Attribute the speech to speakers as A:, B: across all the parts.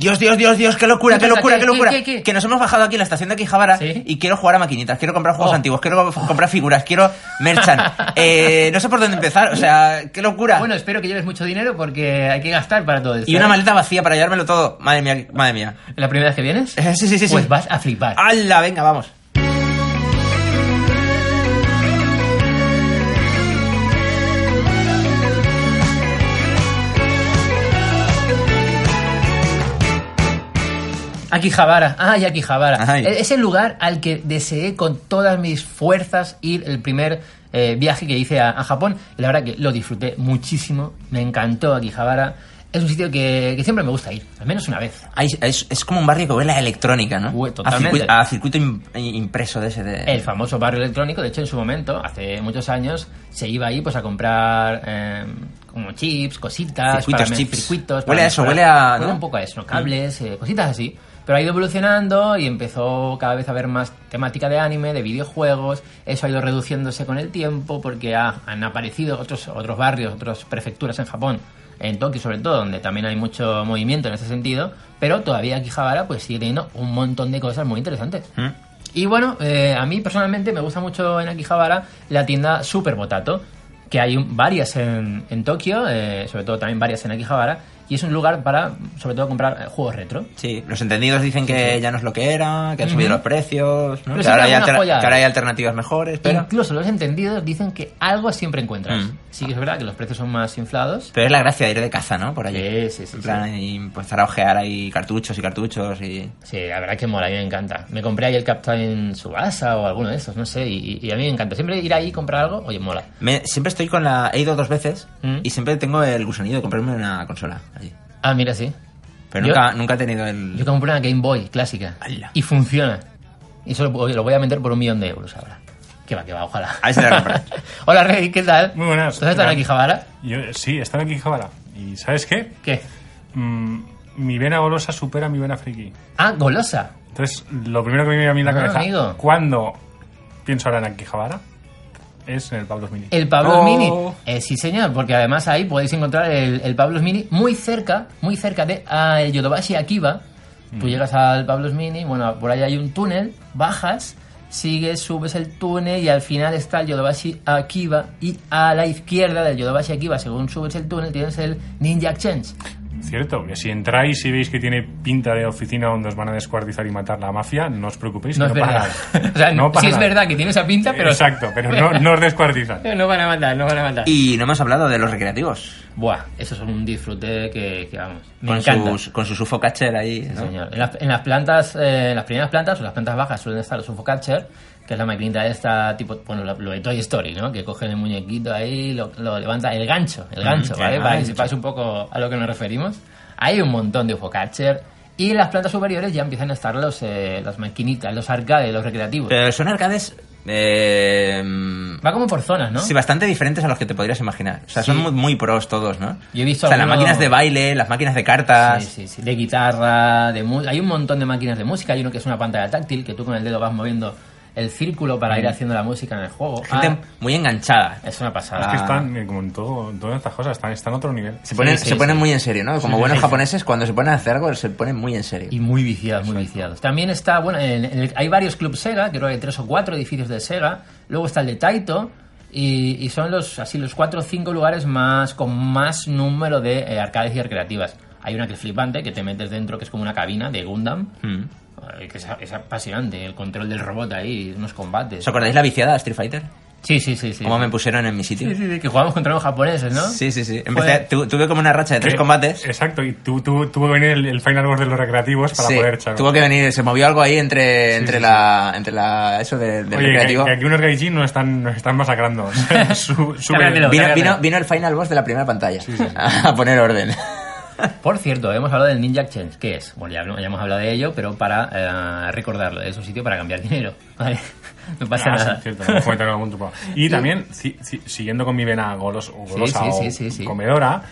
A: Dios, Dios, Dios, Dios, qué locura,
B: ¿Qué
A: qué
B: pasa?
A: locura,
B: ¿Qué,
A: qué
B: qué,
A: locura.
B: qué, qué?
A: Que nos hemos bajado aquí en la estación de Quijabara
B: Sí.
A: y quiero jugar a maquinitas, quiero comprar juegos
B: Oh.
A: antiguos, quiero co- comprar figuras, quiero merchan. Eh, no sé por dónde empezar, o sea, qué locura.
B: Bueno, espero que lleves mucho dinero porque hay que gastar para todo esto.
A: y una
B: ¿eh?
A: maleta vacía para llevármelo todo. Madre mía, madre mía.
B: ¿La primera vez que vienes?
A: Eh, Sí, sí, Ah. sí, sí.
B: Pues vas a flipar.
A: ¡Hala, venga, vamos!
B: Akihabara, ay Akihabara.
A: Ay.
B: E- Es el lugar al que deseé con todas mis fuerzas ir el primer eh, viaje que hice a, a Japón. Y la verdad que lo disfruté muchísimo, me encantó Akihabara. Es un sitio que, que siempre me gusta ir, al menos una vez.
A: Ahí es, es como un barrio que huele a electrónica, ¿no?
B: Ué,
A: a
B: totalmente.
A: circuito, a circuito im- impreso de ese. De...
B: El famoso barrio electrónico, de hecho en su momento, hace muchos años, se iba ahí pues a comprar eh, como chips, cositas,
A: Circuitos,
B: me-
A: chips.
B: circuitos.
A: Huele a eso, huele a- ¿no? Mm.
B: un poco a eso, cables, eh, cositas así. Pero ha ido evolucionando y empezó cada vez a haber más temática de anime, de videojuegos. Eso ha ido reduciéndose con el tiempo porque ha- han aparecido otros, otros barrios, otras prefecturas en Japón, en Tokio sobre todo, donde también hay mucho movimiento en ese sentido. Pero todavía Akihabara pues sigue teniendo un montón de cosas muy interesantes.
A: ¿Mm?
B: Y bueno, eh, a mí personalmente me gusta mucho en Akihabara la tienda Super Potato, que hay un- varias en, en Tokio, eh, sobre todo también varias en Akihabara, y es un lugar para, sobre todo, comprar eh, juegos retro.
A: Sí, los entendidos dicen que ya no es lo que era, que han subido
B: Ujú.
A: los precios, ¿no?
B: Pero
A: que,
B: sí
A: ahora
B: que
A: hay
B: alguna
A: alter-
B: joya.
A: que ahora hay alternativas mejores, pero...
B: Incluso los entendidos dicen que algo siempre encuentras.
A: Mm.
B: Sí que es verdad que los precios son más inflados.
A: Pero es la gracia de ir de caza, ¿no? Por allí.
B: Sí, sí, sí,
A: En plan, y pues, empezar a ojear ahí cartuchos y cartuchos y...
B: Sí, la verdad que mola, a mí me encanta. Me compré ahí el Captain Subasa o alguno de esos, no sé, y, y- y a mí me encanta. Siempre ir ahí y comprar algo, oye, mola.
A: Me- siempre estoy con la... He ido dos veces
B: Mm.
A: y siempre tengo el gusanillo de comprarme una consola allí.
B: Ah, mira, sí.
A: Pero
B: Yo-
A: nunca, nunca he tenido el...
B: Yo compré una Game Boy clásica
A: ¡Hala!
B: y funciona. Y eso lo, lo voy a vender por un millón de euros ahora. Que va, que va, ojalá.
A: A ver si la compras.
B: Hola, Rey, ¿qué tal?
C: Muy buenas.
B: ¿Estás están aquí, Javara?
C: Yo- sí, están aquí en Javara. ¿Y sabes qué?
B: ¿Qué?
C: Mm, mi vena golosa supera mi vena friki.
B: Ah, golosa.
C: Entonces, lo primero que me viene a mí en la
B: Ah,
C: cabeza
B: amigo.
C: cuando pienso ahora en aquí Javara es en el Pablo Mini.
B: El Pablo
C: Oh.
B: Mini. Eh, sí, señor, porque además ahí podéis encontrar el, el Pablo's Mini muy cerca, muy cerca de ah, el Yodobashi Akiba. Tú
C: Mm.
B: llegas al Pablo's Mini, bueno, por ahí hay un túnel, bajas, sigues, subes el túnel y al final está el Yodobashi Akiba. Y a la izquierda del Yodobashi Akiba, según subes el túnel, tienes el Ninja Exchange.
C: Cierto, que si entráis y veis que tiene pinta de oficina donde os van a descuartizar y matar la mafia, no os preocupéis,
B: No es
C: que no
B: verdad.
C: pasa nada.
B: O sea,
C: No pasa
B: sí es
C: nada.
B: verdad que tiene esa pinta, pero.
C: Exacto, pero no, no os descuartizan.
B: No van a matar, no van a matar.
A: Y no hemos hablado de los recreativos.
B: Buah, eso es un disfrute que, que, vamos. Me
A: con,
B: encanta.
A: sus, con sus UFO catcher ahí,
B: Sí,
A: ¿no?
B: señor. En, las, en las plantas, eh, en las primeras plantas o las plantas bajas suelen estar los Suffocacher, que es la maquinita esta tipo, bueno, lo, lo de Toy Story, ¿no? Que cogen el muñequito ahí, lo, lo levanta, el gancho, el gancho,
A: Mm, el
B: ¿vale? Para que
A: gancho.
B: sepáis un poco a lo que nos referimos. Hay un montón de Suffocacher y en las plantas superiores ya empiezan a estar los, eh, las maquinitas, los arcades, los recreativos.
A: Pero son arcades... Eh,
B: Va como por zonas, ¿no?
A: Sí, bastante diferentes a los que te podrías imaginar. O sea, son
B: Sí.
A: muy, muy pros todos, ¿no?
B: Yo he visto
A: O sea, las
B: alguno-
A: máquinas de baile, las máquinas de cartas.
B: Sí, sí, sí. De guitarra, de mu- hay un montón de máquinas de música. Hay uno que es una pantalla táctil que tú con el dedo vas moviendo el círculo para ir haciendo la música en el juego.
A: Mm. Gente
B: Ah,
A: muy enganchada.
B: es una pasada.
C: Es que
A: Ah.
C: están, eh, como en todo, en todas estas cosas, están, están a otro nivel.
A: Se ponen,
B: Sí, sí,
A: se ponen
B: sí.
A: muy en serio, ¿no? Como
B: Sí,
A: buenos
B: sí.
A: japoneses, cuando se ponen a hacer algo, se ponen muy en serio.
B: Y muy viciados, muy viciados. También está, bueno, en- en el- hay varios clubes Sega, creo que hay tres o cuatro edificios de Sega. Luego está el de Taito. Y, y son los así los cuatro o cinco lugares más con más número de eh, arcades y recreativas. Hay una que es flipante, que te metes dentro, que es como una cabina de Gundam.
A: Mm.
B: Ay, que es, es apasionante, el control del robot ahí, unos combates.
A: ¿Os acordáis la viciada de Street Fighter?
B: Sí, sí, sí, sí.
A: ¿Cómo me pusieron en mi sitio?
B: Sí, sí, sí, que jugamos contra los japoneses, ¿no?
A: Sí, sí, sí. Empecé,
B: Joder.
A: tu- tuve como una racha de tres
C: Eh,
A: combates.
C: Exacto, y tu- tu- tuvo que venir el, el Final Boss de los recreativos para
A: Sí,
C: poder echar.
A: tuvo que venir, se movió algo ahí entre, entre
C: sí,
A: la, entre la, eso de, del
C: Oye, que-
A: recreativo.
C: que aquí unos gaijin nos están, nos están masacrando. Su- sube- Ah,
B: Cárgatelo.
A: Vino,
B: Claro,
A: vino,
B: claro.
A: vino el final boss de la primera pantalla a poner orden.
B: Por cierto, hemos hablado del Ninja Exchange. ¿Qué es? Bueno, ya, no- ya hemos hablado de ello, pero para eh, recordarlo, es un sitio para cambiar dinero. ¿vale? No pasa
C: Ah, sí,
B: nada.
C: cierto, me comentan en algún truco. Y también, si- si- siguiendo con mi vena golos- o golosa
B: sí,
C: o
B: sí, sí, sí.
C: comedora,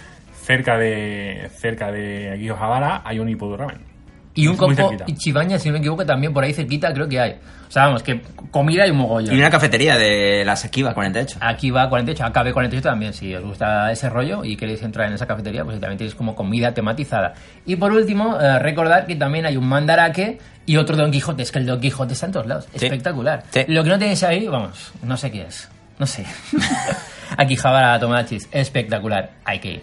C: cerca de cerca de aquí Ojabara hay un hipodramen.
B: Y un coco
C: Muy cerquita.
B: y chivaña, si no me equivoco, también por ahí cerquita creo que hay. O sea, vamos, que comida hay un mogollón.
A: Y una cafetería de la Sequiva 48.
B: Aquí va 48, AKB 48 también, si os gusta ese rollo y queréis entrar en esa cafetería, pues también tenéis como comida tematizada. Y por último, eh, recordar que también hay un mandarake y otro Don Quijote, es que el Don Quijote está en todos lados,
A: Sí.
B: espectacular.
A: Sí.
B: Lo que no tenéis ahí, vamos, no sé qué es, no sé. Aquí Javara Tomachis, espectacular, hay que ir.